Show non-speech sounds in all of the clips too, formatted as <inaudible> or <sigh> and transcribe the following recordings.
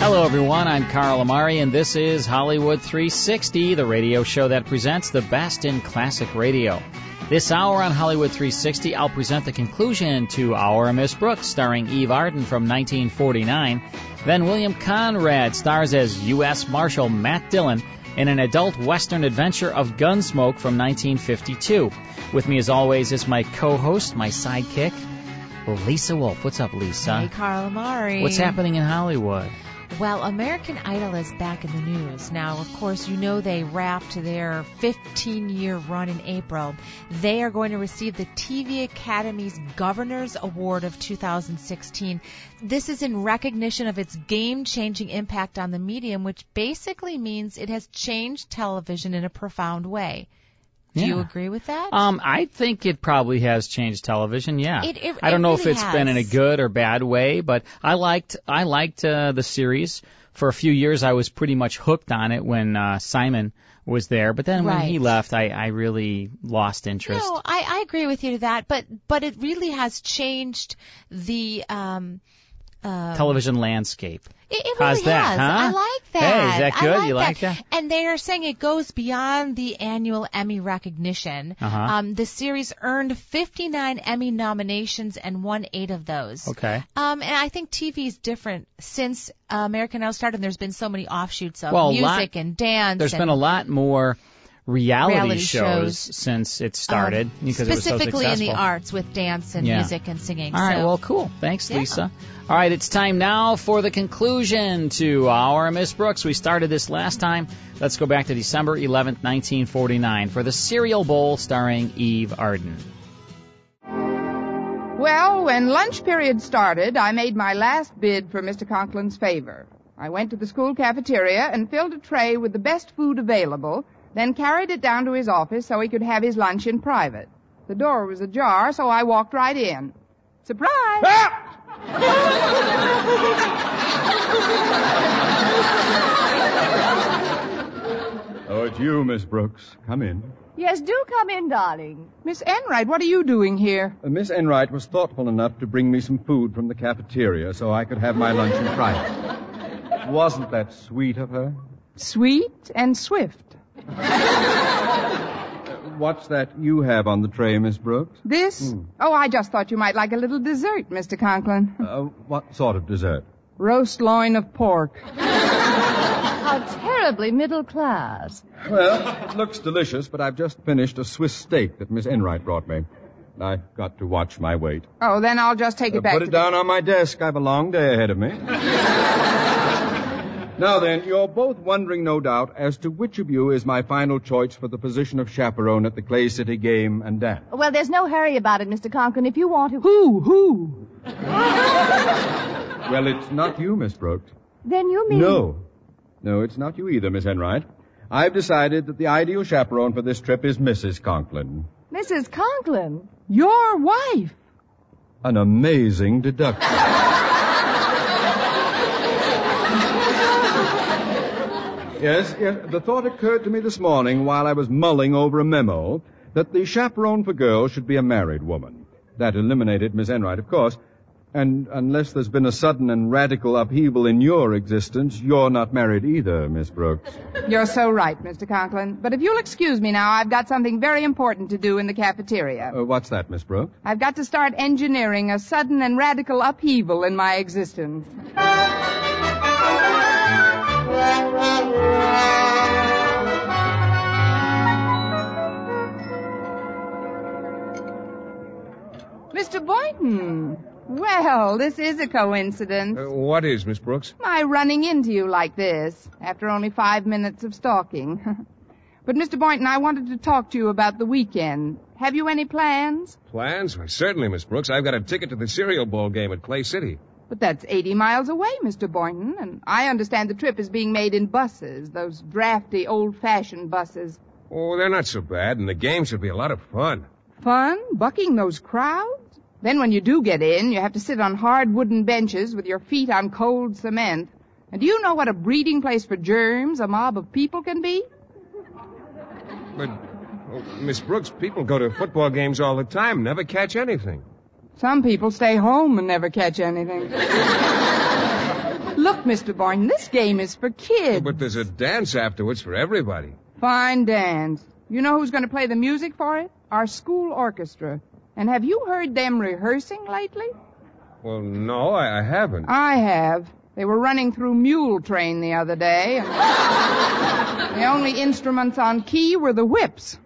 Hello, everyone. I'm Carl Amari, and this is Hollywood 360, the radio show that presents the best in classic radio. This hour on Hollywood 360, I'll present the conclusion to Our Miss Brooks, starring Eve Arden from 1949. Then William Conrad stars as U.S. Marshal Matt Dillon in an adult western adventure of Gunsmoke from 1952. With me, as always, is my co-host, my sidekick, Lisa Wolf. What's up, Lisa? Hey, Carl Amari. What's happening in Hollywood? Well, American Idol is back in the news. Now, of course, you know they wrapped their 15 year run in April. They are going to receive the TV Academy's Governor's Award of 2016. This is in recognition of its game changing impact on the medium, which basically means it has changed television in a profound way. Do Yeah. you agree with that? Um, I think it probably has changed television. Yeah, It- it- I don't it know if really it's been in a has. good or bad way, but I liked I liked uh, the series for a few years. I was pretty much hooked on it when uh, Simon was there, but then when he Right. left, I, I really lost interest. No, I, I agree with you to that, but but it really has changed the um uh Television landscape. It, it How's really that, has. huh? I like Hey, that. is that I good? You like that? And they are saying it goes beyond the annual Emmy recognition. Uh-huh. Um, the series earned 59 Emmy nominations and won eight of those. <laughs> Okay. Um, and I think TV is different since uh, American Idol started. And there's been so many offshoots of Well, a lot- music and dance. There's and, been a lot more reality, Reality shows, shows. since it started um, because it was so specifically in the successful. arts with dance and Yeah. music and singing. All right, so. well, cool. Thanks, Yeah. Lisa. All right, it's time now for the conclusion to our Miss Brooks. We started this last time. Let's go back to December 11th, 1949, for the Cereal Bowl starring Eve Arden. Well, when lunch period started, I made my last bid for Mr. Conklin's favor. I went to the school cafeteria and filled a tray with the best food available, then carried it down to his office so he could have his lunch in private. The door was ajar, so I walked right in. Surprise! Ah! Oh, it's you, Miss Brooks. Come in. Yes, do come in, darling. Miss Enright, what are you doing here? Uh, Miss Enright was thoughtful enough to bring me some food from the cafeteria so I could have my lunch in private. Wasn't that sweet of her? Sweet and swift. What's that you have on the tray, Miss Brooks? This? Hmm. Oh, I just thought you might like a little dessert, Mr. Conklin. Uh, what sort of dessert? Roast loin of pork. How terribly middle class. Well, it looks delicious, but I've just finished a Swiss steak that Miss Enright brought me. I've got to watch my weight. Oh, then I'll just take Uh, it back put to it down on my desk. I've a long day ahead of me. <laughs> now then, you're both wondering, no doubt, as to which of you is my final choice for the position of chaperone at the Clay City game and dance. Well, there's no hurry about it, Mr. Conklin. If you want to. Who? Who? Well, it's not you, Miss Brooks. Then you mean. No. No, it's not you either, Miss Enright. I've decided that the ideal chaperone for this trip is Mrs. Conklin. Mrs. Conklin. <laughs> Your wife. An amazing deduction. yes, yes, the thought occurred to me this morning while I was mulling over a memo that the chaperone for girls should be a married woman. That eliminated Miss Enright, of course. And unless there's been a sudden and radical upheaval in your existence, you're not married either, Miss Brooks. You're so right, Mr. Conklin. But if you'll excuse me now, I've got something very important to do in the cafeteria. Uh, what's that, Miss Brooks? I've got to start engineering a sudden and radical upheaval in my existence. Well, this is a coincidence. Uh, what is, Miss Brooks? My running into you like this after only five minutes of stalking. <laughs> but, Mr. Boynton, I wanted to talk to you about the weekend. Have you any plans? Plans? Why, certainly, Miss Brooks. I've got a ticket to the cereal bowl game at Clay City. But that's 80 miles away, Mr. Boynton, and I understand the trip is being made in buses, those drafty, old-fashioned buses. Oh, they're not so bad, and the game should be a lot of fun. Fun? Bucking those crowds? Then when you do get in, you have to sit on hard wooden benches with your feet on cold cement. And do you know what a breeding place for germs a mob of people can be? But, oh, Miss Brooks, people go to football games all the time, never catch anything. Some people stay home and never catch anything. <laughs> Look, Mr. Boynton, this game is for kids. But there's a dance afterwards for everybody. Fine dance. You know who's going to play the music for it? Our school orchestra. And have you heard them rehearsing lately? Well, no, I, I haven't. I have. They were running through Mule Train the other day. <laughs> the only instruments on key were the whips.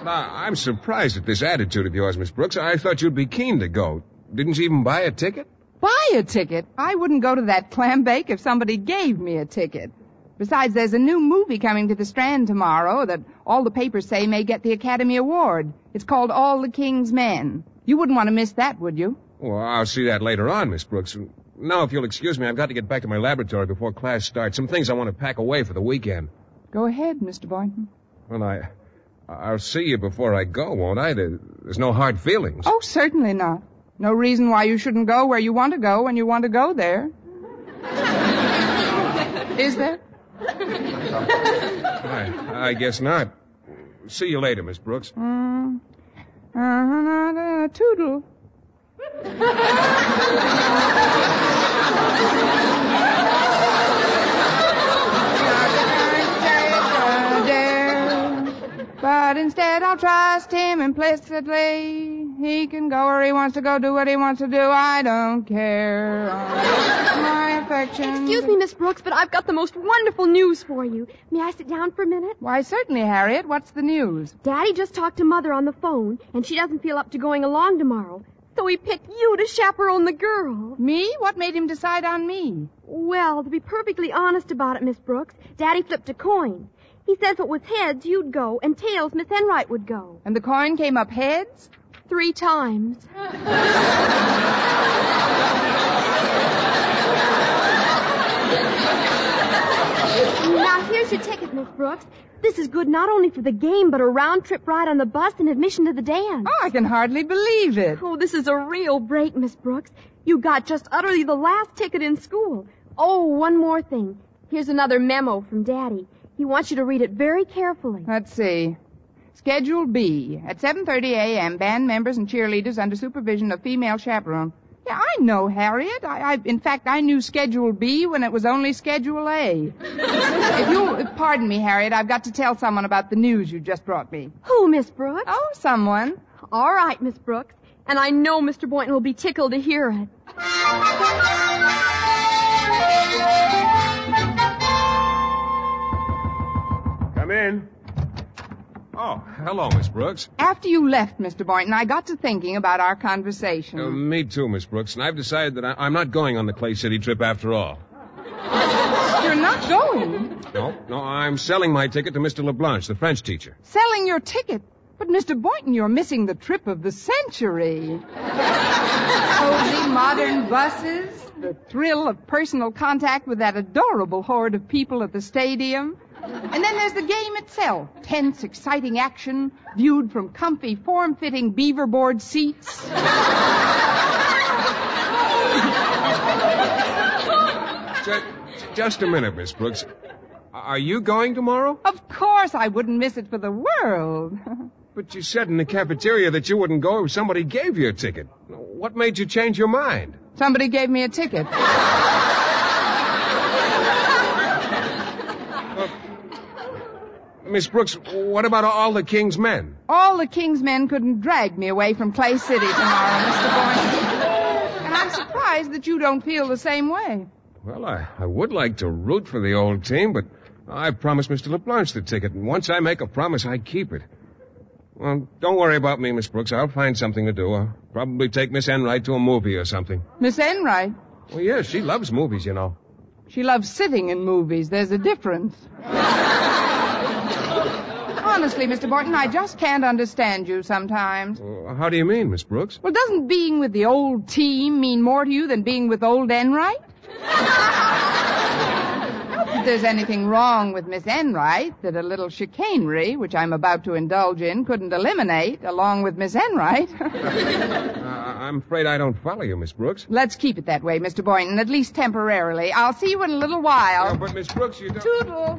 Now, Ah, I'm surprised at this attitude of yours, Miss Brooks. I thought you'd be keen to go. Didn't you even buy a ticket? Buy a ticket? I wouldn't go to that clam bake if somebody gave me a ticket. Besides, there's a new movie coming to the Strand tomorrow that all the papers say may get the Academy Award. It's called All the King's Men. You wouldn't want to miss that, would you? Well, I'll see that later on, Miss Brooks. Now, if you'll excuse me, I've got to get back to my laboratory before class starts. Some things I want to pack away for the weekend. Go ahead, Mr. Boynton. Well, I, I'll see you before I go, won't I? There's no hard feelings. Oh, certainly not. No reason why you shouldn't go where you want to go when you want to go there. Is there? I, I, guess not. See you later, Miss Brooks. Mm. Uh, toodle. but instead I'll trust him implicitly. He can go where he wants to go, do what he wants to do. I don't care. my affection. Excuse me, Miss Brooks, but I've got the most wonderful news for you. May I sit down for a minute? Why, certainly, Harriet. What's the news? Daddy just talked to Mother on the phone, and she doesn't feel up to going along tomorrow. So he picked you to chaperone the girl. Me? What made him decide on me? Well, to be perfectly honest about it, Miss Brooks, Daddy flipped a coin. He says if it was heads, you'd go, and tails, Miss Enright would go. And the coin came up heads? Three times. now, here's your ticket, Miss Brooks. This is good not only for the game, but a round trip ride on the bus and admission to the dance. Oh, I can hardly believe it. Oh, this is a real break, Miss Brooks. You got just utterly the last ticket in school. Oh, one more thing. Here's another memo from Daddy. He wants you to read it very carefully. Let's see. Schedule B. At 7.30 a.m., band members and cheerleaders under supervision of female chaperone. Yeah, I know, Harriet. I, I, in fact, I knew Schedule B when it was only Schedule A. if you'll pardon me, Harriet, I've got to tell someone about the news you just brought me. Who, Miss Brooks? Oh, someone. All right, Miss Brooks. And I know Mr. Boynton will be tickled to hear it. Come in. Oh, hello, Miss Brooks. After you left, Mr. Boynton, I got to thinking about our conversation. Uh, me too, Miss Brooks, and I've decided that I- am not going on the Clay City trip after all. You're not going? No, no, I'm selling my ticket to Mr. LeBlanche, the French teacher. Selling your ticket? But, Mr. Boynton, you're missing the trip of the century. Cozy modern buses, the thrill of personal contact with that adorable horde of people at the stadium. And then there's the game itself. Tense, exciting action viewed from comfy, form-fitting beaverboard seats. just, just a minute, Miss Brooks. Are you going tomorrow? Of course I wouldn't miss it for the world. <laughs> but you said in the cafeteria that you wouldn't go if somebody gave you a ticket. What made you change your mind? Somebody gave me a ticket. Miss Brooks, what about all the king's men? All the king's men couldn't drag me away from Clay City tomorrow, Mr. Boynton. And I'm surprised that you don't feel the same way. Well, I, I would like to root for the old team, but I promised Mr. LeBlanche the ticket, and once I make a promise, I keep it. Well, don't worry about me, Miss Brooks. I'll find something to do. I'll probably take Miss Enright to a movie or something. Miss Enright, Well, yes, she loves movies, you know. she loves sitting in movies. There's a difference. Honestly, Mr. Borton, I just can't understand you sometimes. Uh, How do you mean, Miss Brooks? Well, doesn't being with the old team mean more to you than being with old Enright? Not that there's anything wrong with Miss Enright that a little chicanery, which I'm about to indulge in, couldn't eliminate, along with Miss Enright. <laughs> Uh, I'm afraid I don't follow you, Miss Brooks. Let's keep it that way, Mr. Boynton, at least temporarily. I'll see you in a little while. Yeah, but Miss Brooks, you don't. Toodles.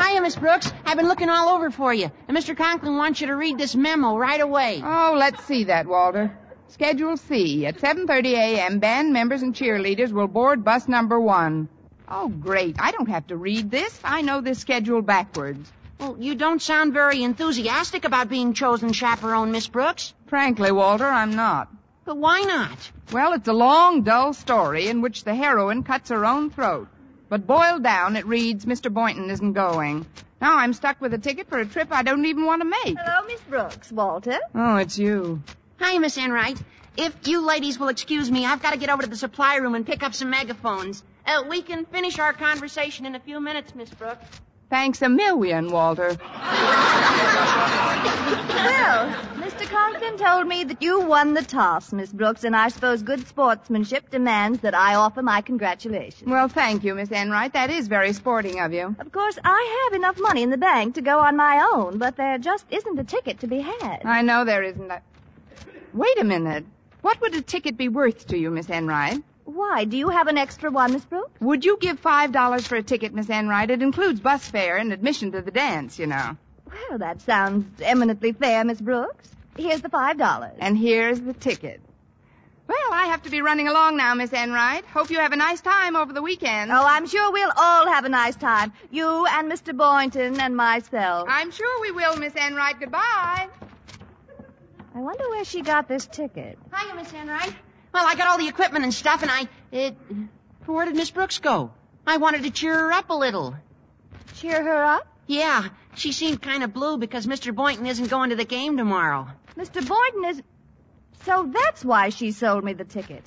Hiya, Miss Brooks. I've been looking all over for you. And Mr. Conklin wants you to read this memo right away. Oh, let's see that, Walter. Schedule C. At 7.30 a.m., band members and cheerleaders will board bus number one. Oh, great. I don't have to read this. I know this schedule backwards. Well, you don't sound very enthusiastic about being chosen chaperone, Miss Brooks. Frankly, Walter, I'm not. But why not? Well, it's a long, dull story in which the heroine cuts her own throat. But boiled down, it reads, Mr. Boynton isn't going. Now I'm stuck with a ticket for a trip I don't even want to make. Hello, Miss Brooks. Walter? Oh, it's you. Hi, Miss Enright. If you ladies will excuse me, I've got to get over to the supply room and pick up some megaphones. Uh, we can finish our conversation in a few minutes, Miss <laughs> Brooks. Thanks a million, Well, Walter. Mr. Conklin told me that you won the toss, Miss Brooks, and I suppose good sportsmanship demands that I offer my congratulations. Well, thank you, Miss Enright. That is very sporting of you. Of course, I have enough money in the bank to go on my own, but there just isn't a ticket to be had. I know there isn't a... Wait a minute. What would a ticket be worth to you, Miss Enright? Why? Do you have an extra one, Miss Brooks? Would you give five dollars for a ticket, Miss Enright? It includes bus fare and admission to the dance, you know. Well, that sounds eminently fair, Miss Brooks. Here's the five dollars. And here's the ticket. Well, I have to be running along now, Miss Enright. Hope you have a nice time over the weekend. Oh, I'm sure we'll all have a nice time. You and Mr. Boynton and myself. I'm sure we will, Miss Enright. Goodbye. I wonder where she got this ticket. Hiya, Miss Enright. Well, I got all the equipment and stuff, and I. It, where did Miss Brooks go? I wanted to cheer her up a little. Cheer her up? Yeah, she seemed kind of blue because Mr. Boynton isn't going to the game tomorrow. Mr. Boynton is. So that's why she sold me the ticket.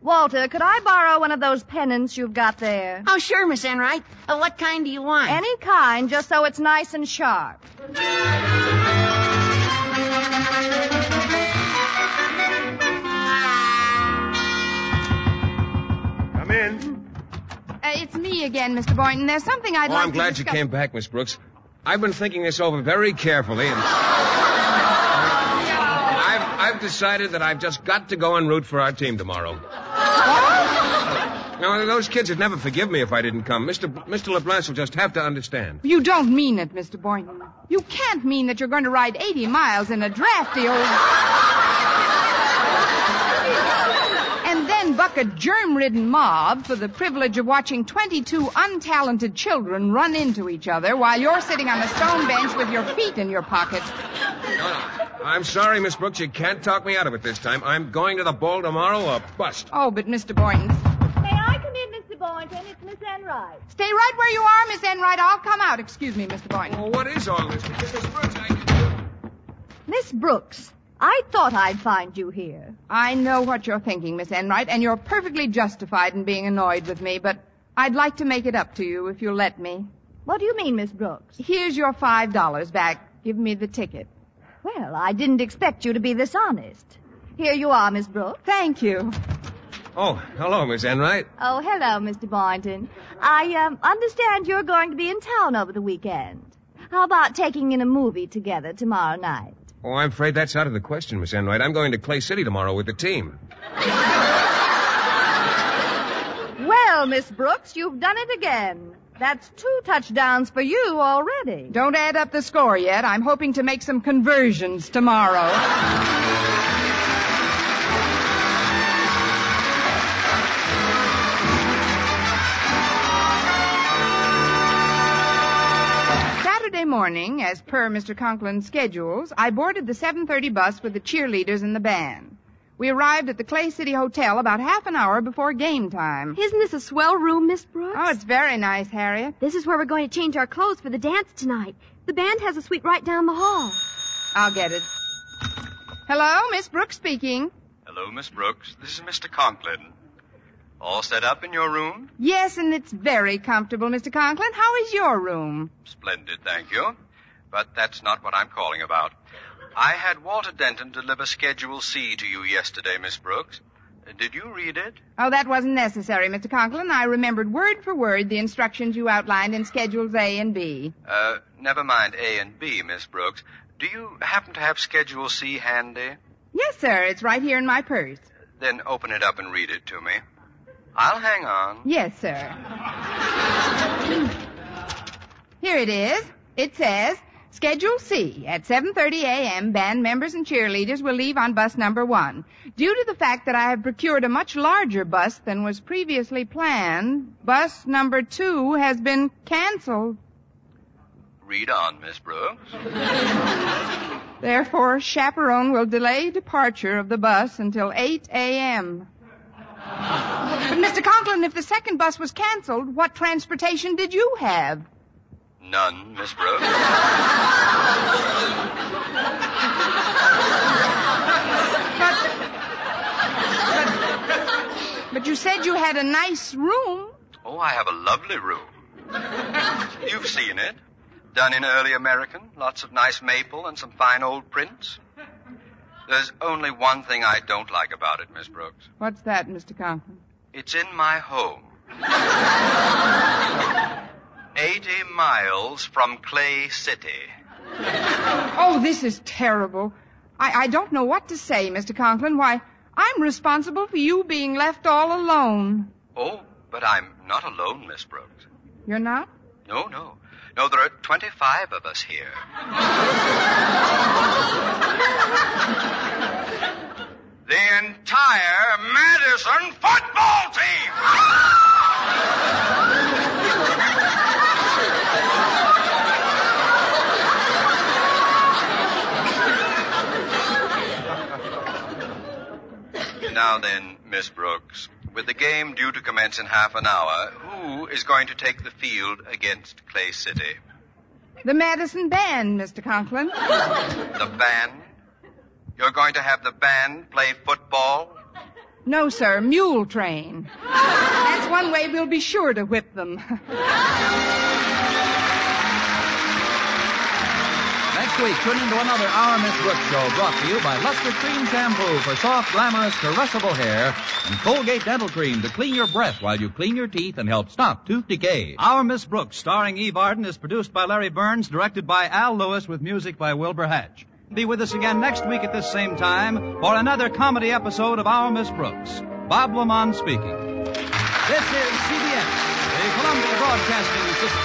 Walter, could I borrow one of those pennants you've got there? Oh, sure, Miss Enright. Uh, what kind do you want? Any kind, just so it's nice and sharp. Come in. Uh, it's me again, Mr. Boynton. There's something I'd oh, like I'm glad to you discuss- came back, Miss Brooks. I've been thinking this over very carefully, and I've, I've decided that I've just got to go and root for our team tomorrow. Now, those kids would never forgive me if I didn't come. Mr. B- Mr. LeBlanc will just have to understand. You don't mean it, Mr. Boynton. You can't mean that you're going to ride 80 miles in a drafty old. and then buck a germ ridden mob for the privilege of watching 22 untalented children run into each other while you're sitting on a stone bench with your feet in your pockets. I'm sorry, Miss Brooks. You can't talk me out of it this time. I'm going to the ball tomorrow or bust. Oh, but Mr. Boynton. May I come in, Mr. Boynton? It's Miss Enright. Stay right where you are, Miss Enright. I'll come out. Excuse me, Mr. Boynton. Well, what is Oh. all this? Because Miss Brooks, I... Miss Brooks, I thought I'd find you here. I know what you're thinking, Miss Enright, and you're perfectly justified in being annoyed with me, but I'd like to make it up to you if you'll let me. What do you mean, Miss Brooks? Here's your five dollars back. Give me the ticket. Well, I didn't expect you to be this honest. Here you are, Miss Brooks. Thank you. Oh, hello, Miss Enright. Oh, hello, Mr. Boynton. I um, understand you're going to be in town over the weekend. How about taking in a movie together tomorrow night? Oh, I'm afraid that's out of the question, Miss Enright. I'm going to Clay City tomorrow with the team. Well, Miss Brooks, you've done it again. That's two touchdowns for you already. Don't add up the score yet. I'm hoping to make some conversions tomorrow. Saturday morning, as per Mr. Conklin's schedules, I boarded the 7:30 bus with the cheerleaders and the band. We arrived at the Clay City Hotel about half an hour before game time. Isn't this a swell room, Miss Brooks? Oh, it's very nice, Harriet. This is where we're going to change our clothes for the dance tonight. The band has a suite right down the hall. I'll get it. Hello, Miss Brooks speaking. Hello, Miss Brooks. This is Mr. Conklin. All set up in your room? Yes, and it's very comfortable, Mr. Conklin. How is your room? Splendid, thank you. But that's not what I'm calling about. I had Walter Denton deliver Schedule C to you yesterday, Miss Brooks. Uh, Did you read it? Oh, that wasn't necessary, Mr. Conklin. I remembered word for word the instructions you outlined in Schedules A and B. Uh, never mind A and B, Miss Brooks. Do you happen to have Schedule C handy? Yes, sir. It's right here in my purse. Then open it up and read it to me. I'll hang on. Yes, sir. Here it is. It says, Schedule C. At 7.30 a.m., band members and cheerleaders will leave on bus number one. Due to the fact that I have procured a much larger bus than was previously planned, bus number two has been canceled. Read on, Miss Brooks. Therefore, chaperone will delay departure of the bus until 8 a.m. But, Mr. Conklin, if the second bus was canceled, what transportation did you have? None, Miss Brooks. But you said you had a nice room. Oh, I have a lovely room. You've seen it. Done in early American, lots of nice maple and some fine old prints. There's only one thing I don't like about it, Miss Brooks. What's that, Mr. Conklin? It's in my home. 80 miles from Clay City. Oh, this is terrible. I, I don't know what to say, Mr. Conklin. Why, I'm responsible for you being left all alone. Oh, but I'm not alone, Miss Brooks. You're not? No, no. No, there are 25 of us here. the entire Madison football team! Now then, Miss Brooks, with the game due to commence in half an hour, who is going to take the field against Clay City? The Madison band, Mr. Conklin. The band? You're going to have the band play football? No, sir, mule train. That's one way we'll be sure to whip them. <laughs> Next week, tune in to another Our Miss Brooks show brought to you by Luster Cream Shampoo for soft, glamorous, caressable hair and Colgate Dental Cream to clean your breath while you clean your teeth and help stop tooth decay. Our Miss Brooks, starring Eve Arden, is produced by Larry Burns, directed by Al Lewis with music by Wilbur Hatch. Be with us again next week at this same time for another comedy episode of Our Miss Brooks. Bob Lamont speaking. This is CBS, the Columbia Broadcasting System.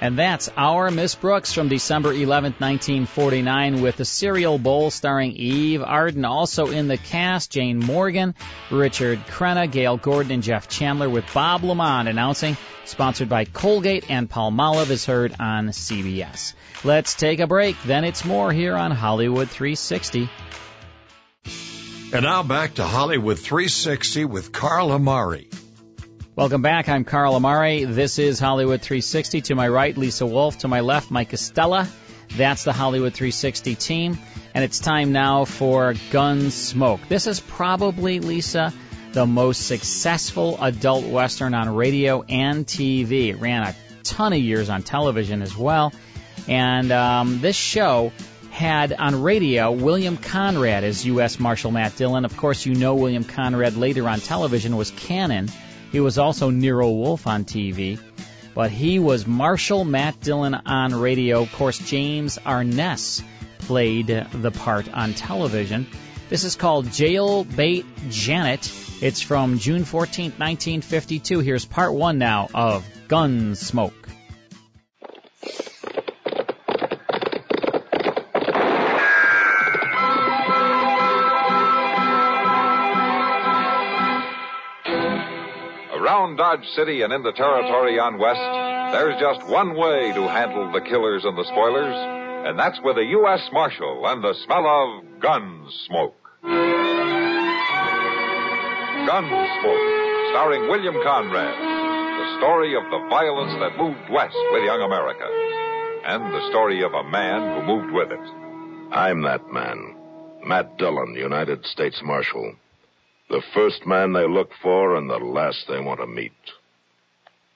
And that's Our Miss Brooks from December 11, 1949, with the Cereal Bowl starring Eve Arden. Also in the cast, Jane Morgan, Richard Crenna, Gail Gordon, and Jeff Chandler, with Bob Lamont announcing, sponsored by Colgate and Palmolive, is heard on CBS. Let's take a break, then it's more here on Hollywood 360. And now back to Hollywood 360 with Carl Amari. Welcome back. I'm Carl Amari. This is Hollywood 360. To my right, Lisa Wolf. To my left, Mike Estella. That's the Hollywood 360 team. And it's time now for Gunsmoke. This is probably, Lisa, the most successful adult Western on radio and TV. It ran a ton of years on television as well. And um, this show had on radio William Conrad as U.S. Marshal Matt Dillon. Of course, you know William Conrad later on television was Cannon. He was also Nero Wolf on TV, but he was Marshal Matt Dillon on radio. Of course, James Arness played the part on television. This is called Jailbait Janet. It's from June 14, 1952. Here's part one now of Gunsmoke. Around Dodge City and in the territory on West, there's just one way to handle the killers and the spoilers, And that's with a U.S. Marshal and the smell of gun smoke. Gun smoke, starring William Conrad. The story of the violence that moved west with young America. And the story of a man who moved with it. I'm that man, Matt Dillon, United States Marshal. The first man they look for and the last they want to meet.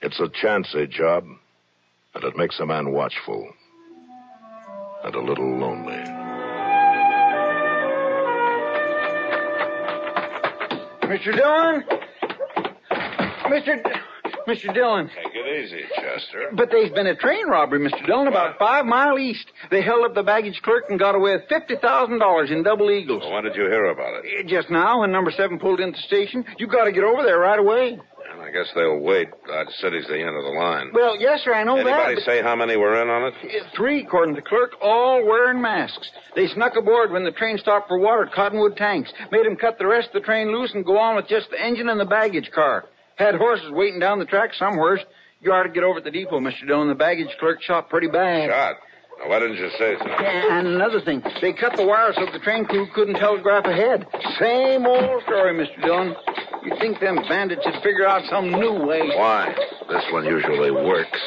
It's a chancy job, and it makes a man watchful and a little lonely. Mr. Dillon? Mr. D- Mr. Dillon. Take it easy, Chester. But there's been a train robbery, Mr. Dillon, about five mile east. They held up the baggage clerk and got away with fifty thousand dollars in double eagles. Well, when did you hear about it? Eh, Just now, when number seven pulled into the station, you got to get over there right away. And I guess they'll wait. Dodge City's the end of the line. Well, yes, sir, I know Anybody that. say how many were in on it? but- Eh, Three, according to the clerk, all wearing masks. They snuck aboard when the train stopped for water at Cottonwood Tanks. Made 'em cut the rest of the train loose and go on with just the engine and the baggage car. Had horses waiting down the track somewheres. You ought to get over at the depot, Mr. Dillon. The baggage clerk shot pretty bad. Shot. Now, why didn't you say something? And another thing, they cut the wire so the train crew couldn't telegraph ahead. Same old story, Mr. Dillon. You'd think them bandits would figure out some new way. Why? This one usually works.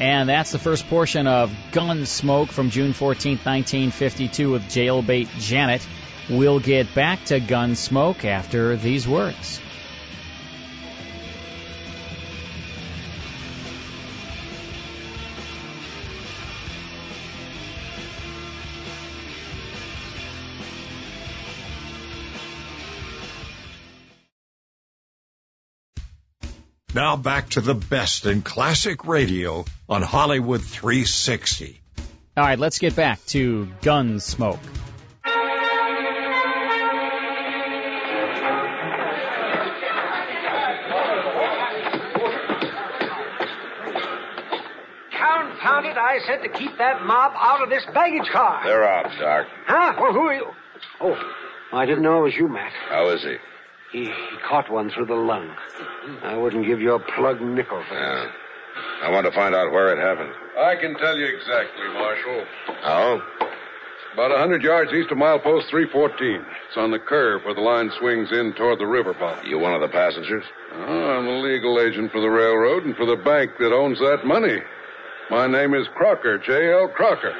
And that's the first portion of Gunsmoke from June 14, 1952 with Jailbait Janet. We'll get back to Gunsmoke after these words. Now back to the best in classic radio on Hollywood 360. All right, let's get back to Gunsmoke. Confound it, I said to keep that mob out of this baggage car. They're out, Doc. Huh? Well, who are you? Oh, I didn't know it was you, Matt. How is he? He, he caught one through the lung. I wouldn't give you a plug nickel for Yeah. I want to find out where it happened. I can tell you exactly, Marshal. How? About a hundred yards east of milepost 314. It's on the curve where the line swings in toward the river bottom. You one of the passengers? Oh, I'm a legal agent for the railroad and for the bank that owns that money. My name is Crocker, J.L. Crocker.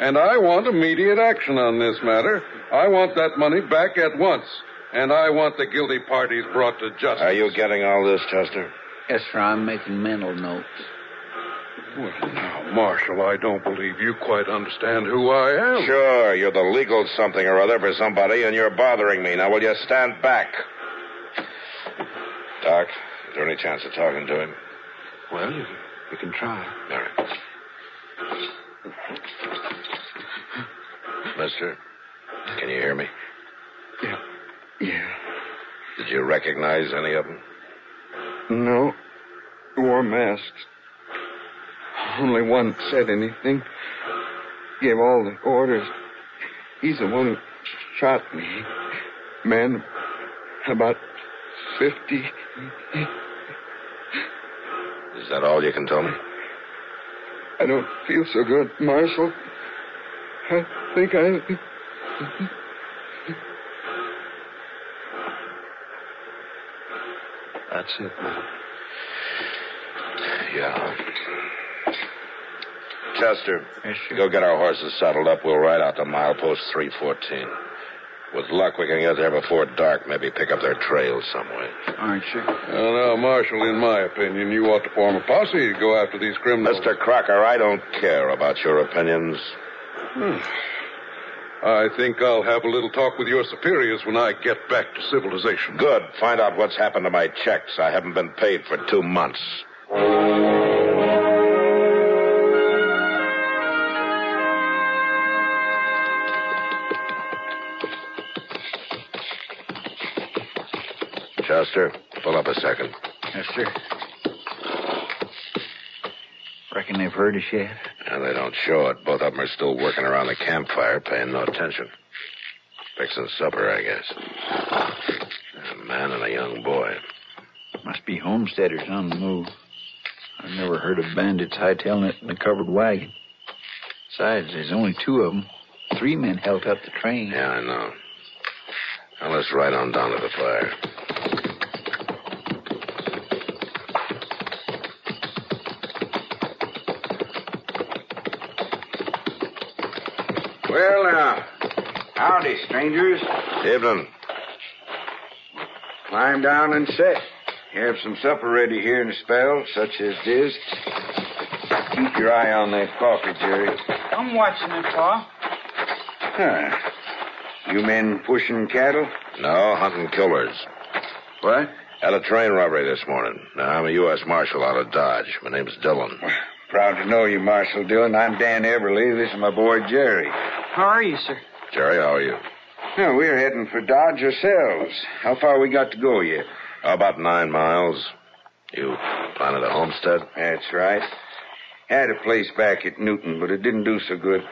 And I want immediate action on this matter. I want that money back at once. And I want the guilty parties brought to justice. Are you getting all this, Chester? Yes, sir, I'm making mental notes. Well, now, Marshal, I don't believe you quite understand who I am. Sure, you're the legal something or other for somebody, and you're bothering me. Now, will you stand back? Doc, is there any chance of talking to him? Well, you, you can try. All right. Mister, can you hear me? Yeah. Yeah. Did you recognize any of them? No. Wore masks. Only one said anything. Gave all the orders. He's the one who shot me. Man, about 50. Is that all you can tell me? I don't feel so good, Marshal. I think I. That's it, man. Yeah. Chester, Yes, sir. go get our horses saddled up. We'll ride out to milepost 314. With luck, we can get there before dark, maybe pick up their trail some way. Aren't you? Well, now, Marshal, in my opinion, you ought to form a posse to go after these criminals. Mr. Crocker, I don't care about your opinions. Hmm. I think I'll have a little talk with your superiors when I get back to civilization. Good. Find out what's happened to my checks. I haven't been paid for two months. Chester, pull up a second. Yes, sir. Reckon they've heard us yet? And they don't show it. Both of them are still working around the campfire, paying no attention. Fixing supper, I guess. A man and a young boy. maybe homesteaders on the move. I've never heard of bandits hightailing it in a covered wagon. Besides, there's only two of 'em. Three men held up the train. Yeah, I know. Now let's ride on down to the fire. Well, now, howdy, strangers. Evelyn, Climb down and sit. Have some supper ready here in a spell, such as this. Keep your eye on that coffee, Jerry. I'm watching it, Pa. Huh. You men pushing cattle? No, hunting killers. What? Had a train robbery this morning. Now, I'm a U.S. Marshal out of Dodge. My name's Dillon. Proud to know you, Marshal Dillon. I'm Dan Everly. This is my boy, Jerry. How are you, sir? Jerry, how are you? Now, we're heading for Dodge ourselves. How far we got to go yet? Oh, About nine miles. You planted a homestead? That's right. Had a place back at Newton, but it didn't do so good.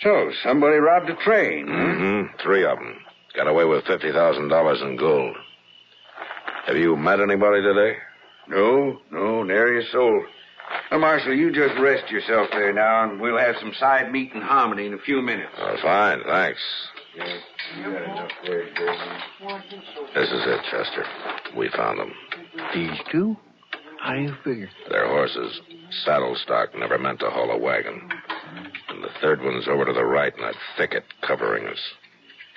So, somebody robbed a train. hmm Mm-hmm. Three of them. Got away with $50,000 in gold. Have you met anybody today? No, no, nary a soul. Now, Marshal, you just rest yourself there now, and we'll have some side meat and hominy in a few minutes. Oh, fine, thanks. Yeah, you got enough there, Jerry. This is it, Chester. We found them. These two? How do you figure? Their horses. Saddle stock never meant to haul a wagon. And the third one's over to the right in that thicket covering us.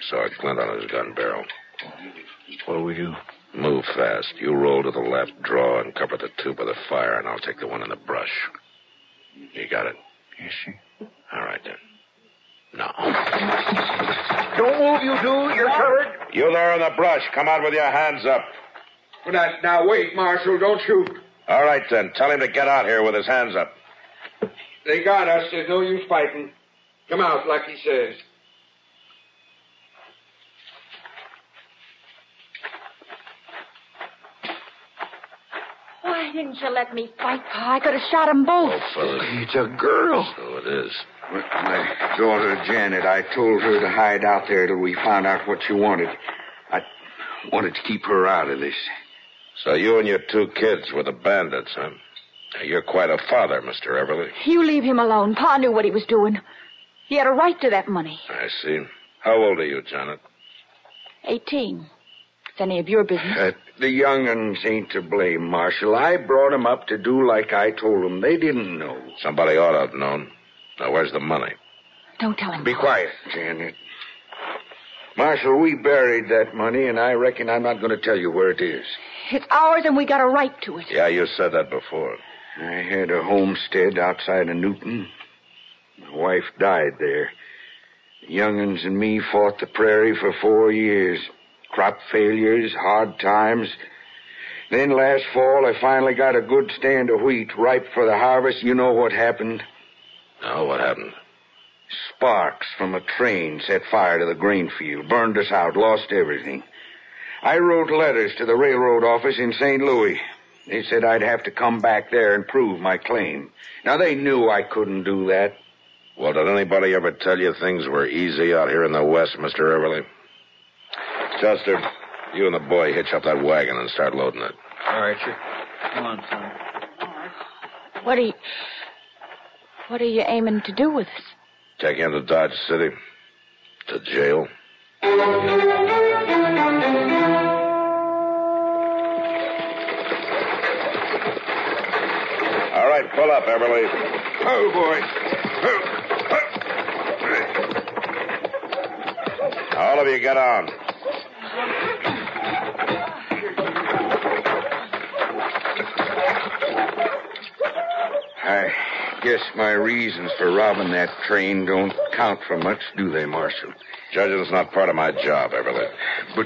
Saw a glint on his gun barrel. What do we do? Move fast. You roll to the left, draw, and cover the two by the fire, and I'll take the one in the brush. You got it? Yes, sir. All right, then. No. Don't move, you do. You're covered. You there in the brush. Come out with your hands up. Well, now, now, wait, Marshal. Don't shoot. All right, then. Tell him to get out here with his hands up. They got us. There's no use fighting. Come out, like he says. Why didn't you let me fight, Pa? I could have shot 'em both. It's a girl. So it is. My daughter Janet, I told her to hide out there till we found out what you wanted. I wanted to keep her out of this. So you and your two kids were the bandits, huh? Now, You're quite a father, Mr. Everly. You leave him alone. Pa knew what he was doing. He had a right to that money. I see. How old are you, Janet? Eighteen. It's any of your business. Uh, the young'uns ain't to blame, Marshal. I brought 'em up to do like I told 'em. They didn't know. Somebody ought to have known. Now, where's the money? Don't tell him. Be quiet, Janet. Marshal, we buried that money, and I reckon I'm not going to tell you where it is. It's ours and we got a right to it. Yeah, you said that before. I had a homestead outside of Newton. My wife died there. The young'uns and me fought the prairie for four years. Crop failures, hard times. Then last fall, I finally got a good stand of wheat ripe for the harvest. You know what happened? No, what happened? Sparks from a train set fire to the grain field, burned us out, lost everything. I wrote letters to the railroad office in St. Louis. They said I'd have to come back there and prove my claim. Now, they knew I couldn't do that. Well, did anybody ever tell you things were easy out here in the West, Mr. Everly? Chester, you and the boy hitch up that wagon and start loading it. All right, sir. Come on, son. What are you. What are you aiming to do with us? Take him to Dodge City. To jail. All right, pull up, Everly. Oh, boy. All of you get on. I guess my reasons for robbing that train don't count for much, do they, Marshal? Judging's not part of my job, Everly. But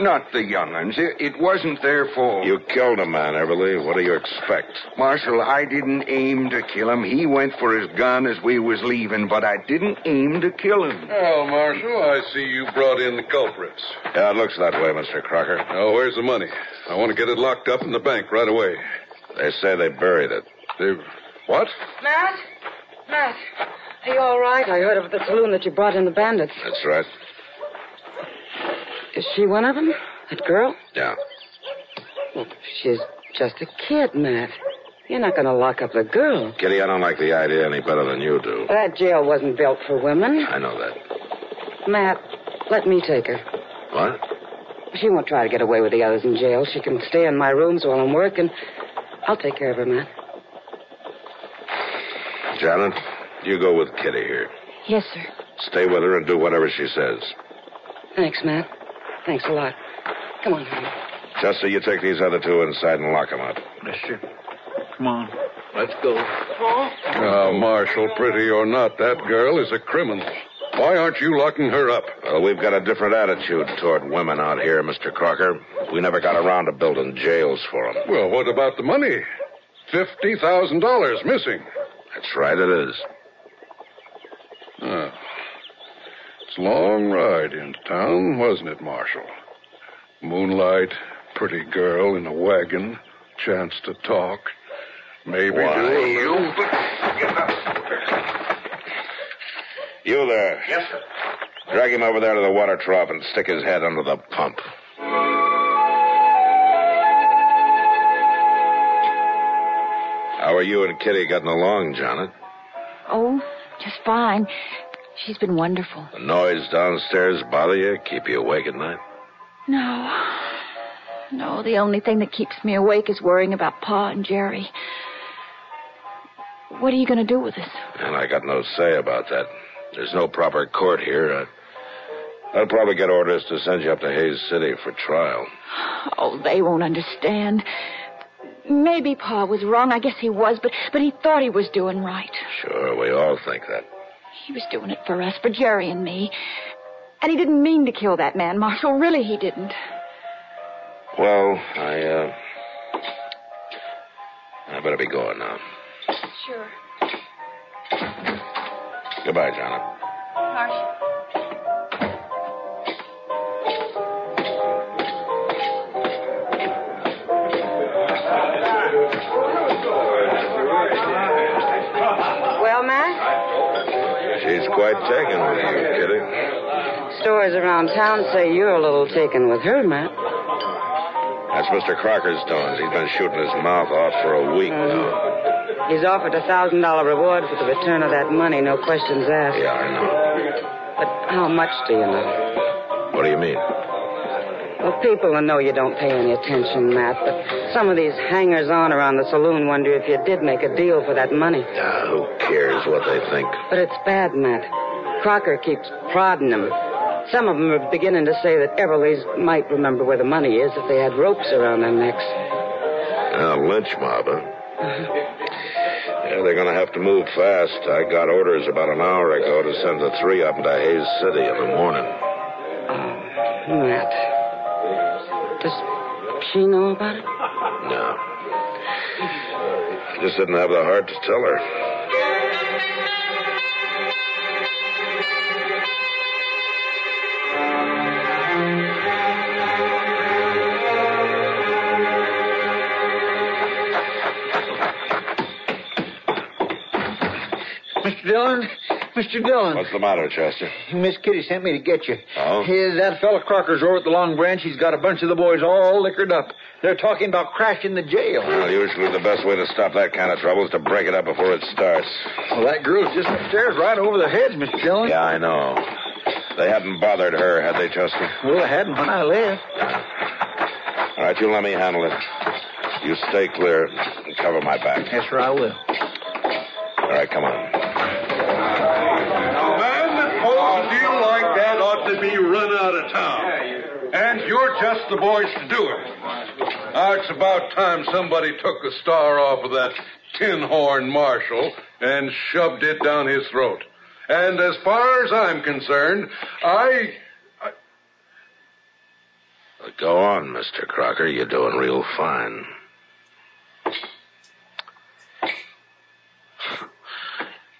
not the young'uns. It, it wasn't their fault. You killed a man, Everly. What do you expect? Marshal, I didn't aim to kill him. He went for his gun as we was leaving, but I didn't aim to kill him. Well, Marshal, I see you brought in the culprits. Yeah, it looks that way, Mr. Crocker. Now, where's the money? I want to get it locked up in the bank right away. They say they buried it. They... What? Matt? Matt, are you all right? I heard of the saloon that you brought in the bandits. That's right. Is she one of them? That girl? Yeah. She's just a kid, Matt. You're not going to lock up a girl. Kitty, I don't like the idea any better than you do. That jail wasn't built for women. I know that. Matt, let me take her. What? She won't try to get away with the others in jail. She can stay in my rooms while I'm working. I'll take care of her, Matt. Janet, you go with Kitty here. Yes, sir. Stay with her and do whatever she says. Thanks, Matt. Thanks a lot. Come on, honey. Chester, you take these other two inside and lock them up. Yes, sir. Come on. Let's go. Now, Marshal, pretty or not, that girl is a criminal. Why aren't you locking her up? Well, we've got a different attitude toward women out here, Mr. Crocker. We never got around to building jails for them. Well, what about the money? $50,000 missing. That's right, it is. Ah. It's a long ride into town, wasn't it, Marshal? Moonlight, pretty girl in a wagon, chance to talk. Maybe Why, do a you- little- You there. Yes, sir. Drag him over there to the water trough and stick his head under the pump. How are you and Kitty getting along, Janet? Oh, just fine. She's been wonderful. The noise downstairs bother you? Keep you awake at night? No. No, the only thing that keeps me awake is worrying about Pa and Jerry. What are you going to do with us? And I got no say about that. There's no proper court here. I, I'll probably get orders to send you up to Hayes City for trial. Oh, they won't understand. Maybe Pa was wrong. I guess he was, but, but he thought he was doing right. Sure, we all think that. He was doing it for us, for Jerry and me. And he didn't mean to kill that man, Marshal. Really, he didn't. Well, I, uh. I better be going now. Sure. Goodbye, Janet. Well, Matt, She's quite taken with you, Kitty. stories around town say you're a little taken with her, Matt. That's Mr. Crocker's tones. He's been shooting his mouth off for a week now. He's offered a thousand dollar reward for the return of that money, no questions asked. Yeah, I know. But how much do you know? What do you mean? Well, people know you don't pay any attention, Matt, but some of these hangers on around the saloon wonder if you did make a deal for that money. Ah, who cares what they think? But it's bad, Matt. Crocker keeps prodding them. Some of them are beginning to say that Everly's might remember where the money is if they had ropes around their necks. A lynch mob, huh? Mm-hmm. Yeah, they're going to have to move fast. I got orders about an hour ago to send the three up to Hayes City in the morning. Matt. Does she know about it? No. I just didn't have the heart to tell her. Mr. Dillon? Mr. Dillon. What's the matter, Chester? Miss Kitty sent me to get you. Oh? Here, that fella Crocker's over at the Long Branch. He's got a bunch of the boys all liquored up. They're talking about crashing the jail. Well, usually the best way to stop that kind of trouble is to break it up before it starts. Well, that girl's just upstairs right over their heads, Mr. Dillon. Yeah, I know. They hadn't bothered her, had they, Chester? Well, I hadn't when I left. All right, you let me handle it. You stay clear and cover my back. Yes, sir, I will. All right, come on. holds a deal like that ought to be run out of town. And you're just the boys to do it. Now, it's about time somebody took the star off of that tin horn marshal and shoved it down his throat. And as far as I'm concerned, I Go on, Mr. Crocker. You're doing real fine.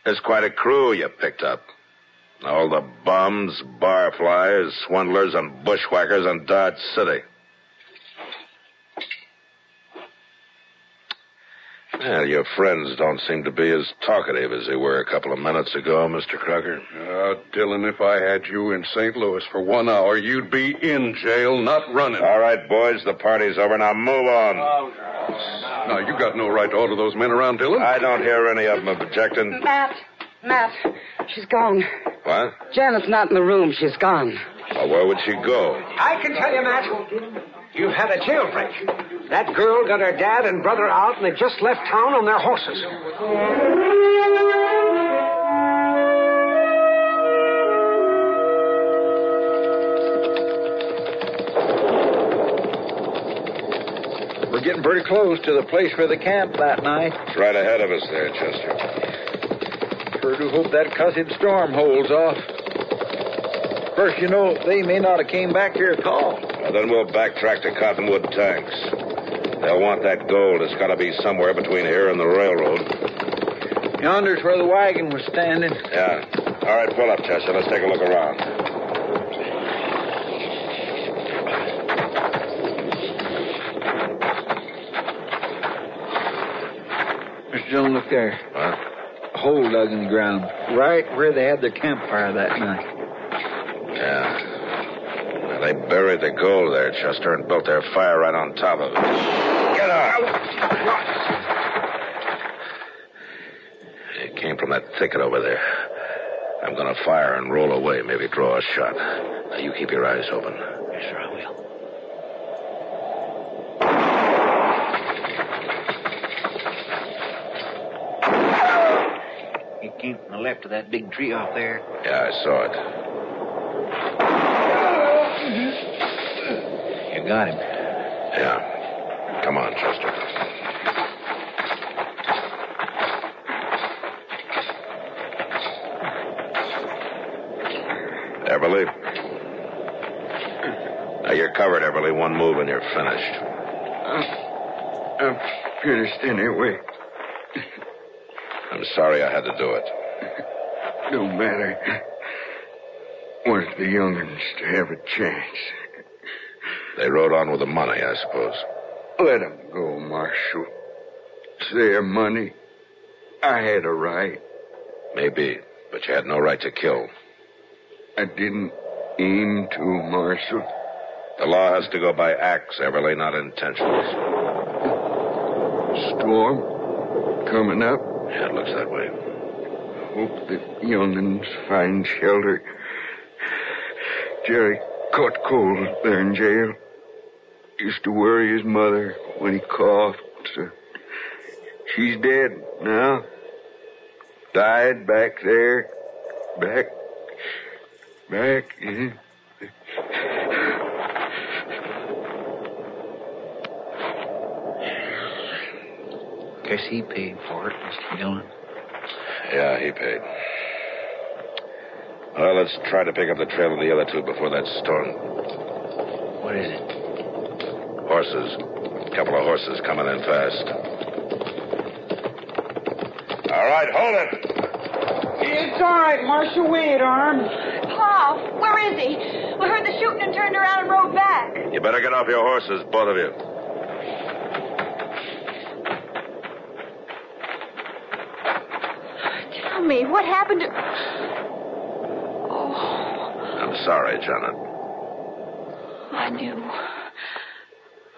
There's quite a crew you picked up. All the bums, barflies, swindlers, and bushwhackers in Dodge City. Well, your friends don't seem to be as talkative as they were a couple of minutes ago, Mr. Crocker. Uh, Dylan, if I had you in St. Louis for one hour, you'd be in jail, not running. All right, boys, the party's over. Now move on. Now, you got no right to order those men around, Dylan. I don't hear any of them objecting. Matt, Matt, she's gone. What? Janet's not in the room. She's gone. Well, where would she go? I can tell you, Matt. You've had a jailbreak. That girl got her dad and brother out, and they just left town on their horses. We're getting pretty close to the place for the camp that night. It's right ahead of us there, Chester. Sure do hope that cussed storm holds off. First, you know, they may not have came back here at all. Well, then we'll backtrack to Cottonwood Tanks. They'll want that gold. It's got to be somewhere between here and the railroad. Yonder's where the wagon was standing. Yeah. All right, pull up, Chester. Let's take a look around. Mr. Dillon, look there. Huh? A hole dug in the ground, right where they had their campfire that night. Yeah. Well, They buried the gold there, Chester, and built their fire right on top of it. Get out! It came from that thicket over there. I'm gonna fire and roll away, maybe draw a shot. Now you keep your eyes open. Yes, sir, I will. It came from the left of that big tree off there. Yeah, I saw it. Mm-hmm. You got him. Yeah. Come on, Chester. Everly. Now you're covered, Everly. One move and you're finished. I'm Uh, finished anyway. I'm sorry I had to do it. No matter. Wanted the young'uns to have a chance. They rode on with the money, I suppose. Let 'em go, Oh, Marshal. It's their money. I had a right. Maybe, but you had no right to kill. I didn't aim to, Marshal. The law has to go by acts, Everly, not intentions. Storm coming up. Yeah, it looks that way. Hope the young'uns find shelter. Jerry caught cold there in jail. Used to worry his mother when he coughed. So she's dead now. Died back there. Back. Back in. Guess he paid for it, Mr. Dillon. Yeah, he paid. Well, let's try to pick up the trail of the other two before that storm. What is it? Horses. A couple of horses coming in fast. All right, hold it. It's all right, Marshal. Wait, Arm. Pa, where is he? We heard the shooting and turned around and rode back. You better get off your horses, both of you. Tell me, what happened to. I'm sorry, Janet. I knew.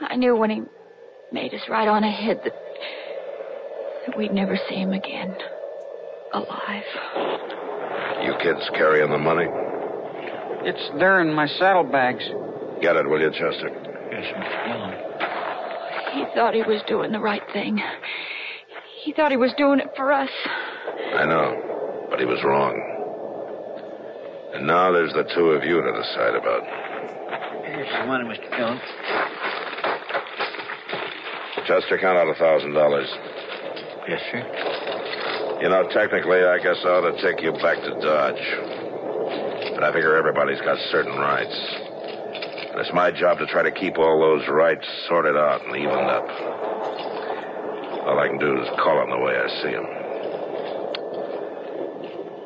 I knew when he made us right on ahead that, that we'd never see him again. Alive. You kids carrying the money? It's there in my saddlebags. Get it, will you, Chester? He thought he was doing the right thing. He thought he was doing it for us. I know, but he was wrong. And now there's the two of you to decide about. Here's the money, Mr. Dillon. Chester, count out a thousand dollars. Yes, sir. You know, technically, I guess I ought to take you back to Dodge. But I figure everybody's got certain rights. And it's my job to try to keep all those rights sorted out and evened up. All I can do is call 'em the way I see 'em.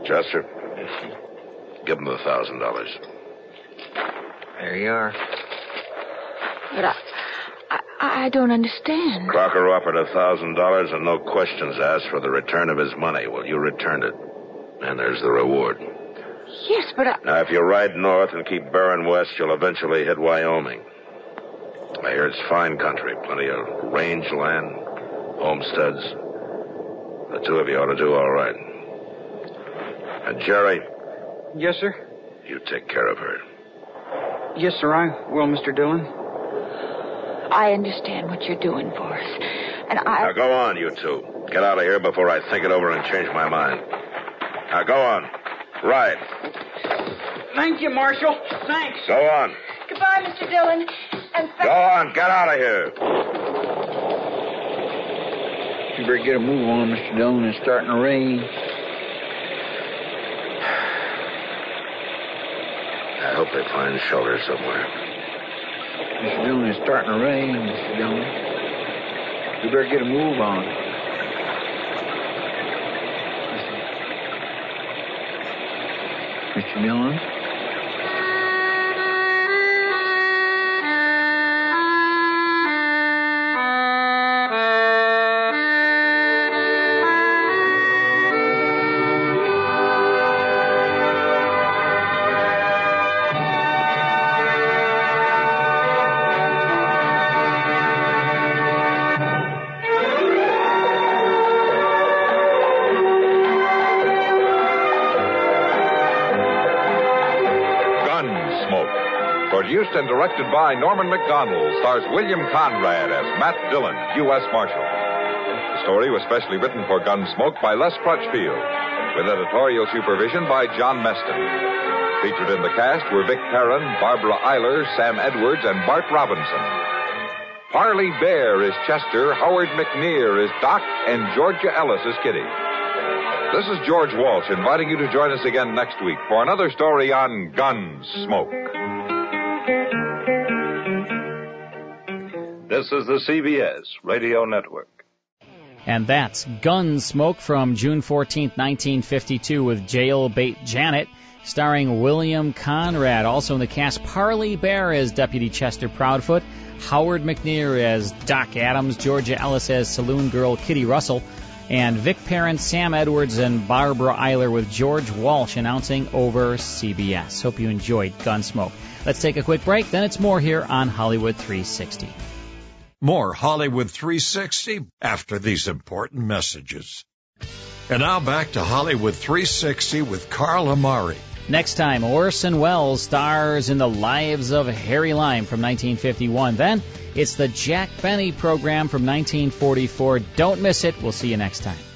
Chester, give 'em the thousand dollars. There you are. But I, I, I, I don't understand. Crocker offered a thousand dollars and no questions asked for the return of his money. Well, you returned it. And there's the reward. Yes, but I. Now, if you ride north and keep bearing west, you'll eventually hit Wyoming. I hear it's fine country, plenty of range land, homesteads. The two of you ought to do all right. Now, Jerry, Yes, sir? you take care of her. Yes, sir, I will, Mr. Dillon. I understand what you're doing for us. And I. Now go on, you two. Get out of here before I think it over and change my mind. Now go on. Ride. Thank you, Marshal. Thanks. Go on. Goodbye, Mr. Dillon. And Go on. Get out of here. You better get a move on, Mr. Dillon. It's starting to rain. I hope they find shelter somewhere. Mr. Dillon, it's starting to rain, Mr. Dillon. You better get a move on. Mr. Mr. Dillon? Gunsmoke. Produced and directed by Norman McDonald, stars William Conrad as Matt Dillon, U.S. Marshal. The story was specially written for Gunsmoke by Les Crutchfield, with editorial supervision by John Meston. Featured in the cast were Vic Perrin, Barbara Eiler, Sam Edwards, and Bart Robinson. Harley Bear is Chester, Howard McNear is Doc, and Georgia Ellis is Kitty. This is George Walsh inviting you to join us again next week for another story on Gunsmoke. This is the CBS Radio Network. And that's Gunsmoke from June 14, 1952, with Jailbait Janet, starring William Conrad. Also in the cast, Parley Bear as Deputy Chester Proudfoot, Howard McNear as Doc Adams, Georgia Ellis as Saloon Girl Kitty Russell, and Vic Perrin, Sam Edwards, and Barbara Eiler with George Walsh announcing over CBS. Hope you enjoyed Gunsmoke. Let's take a quick break, then it's more here on Hollywood 360. More Hollywood 360 after these important messages. And now back to Hollywood 360 with Carl Amari. Next time, Orson Welles stars in The Lives of Harry Lime from 1951. Then, it's the Jack Benny program from 1944. Don't miss it. We'll see you next time.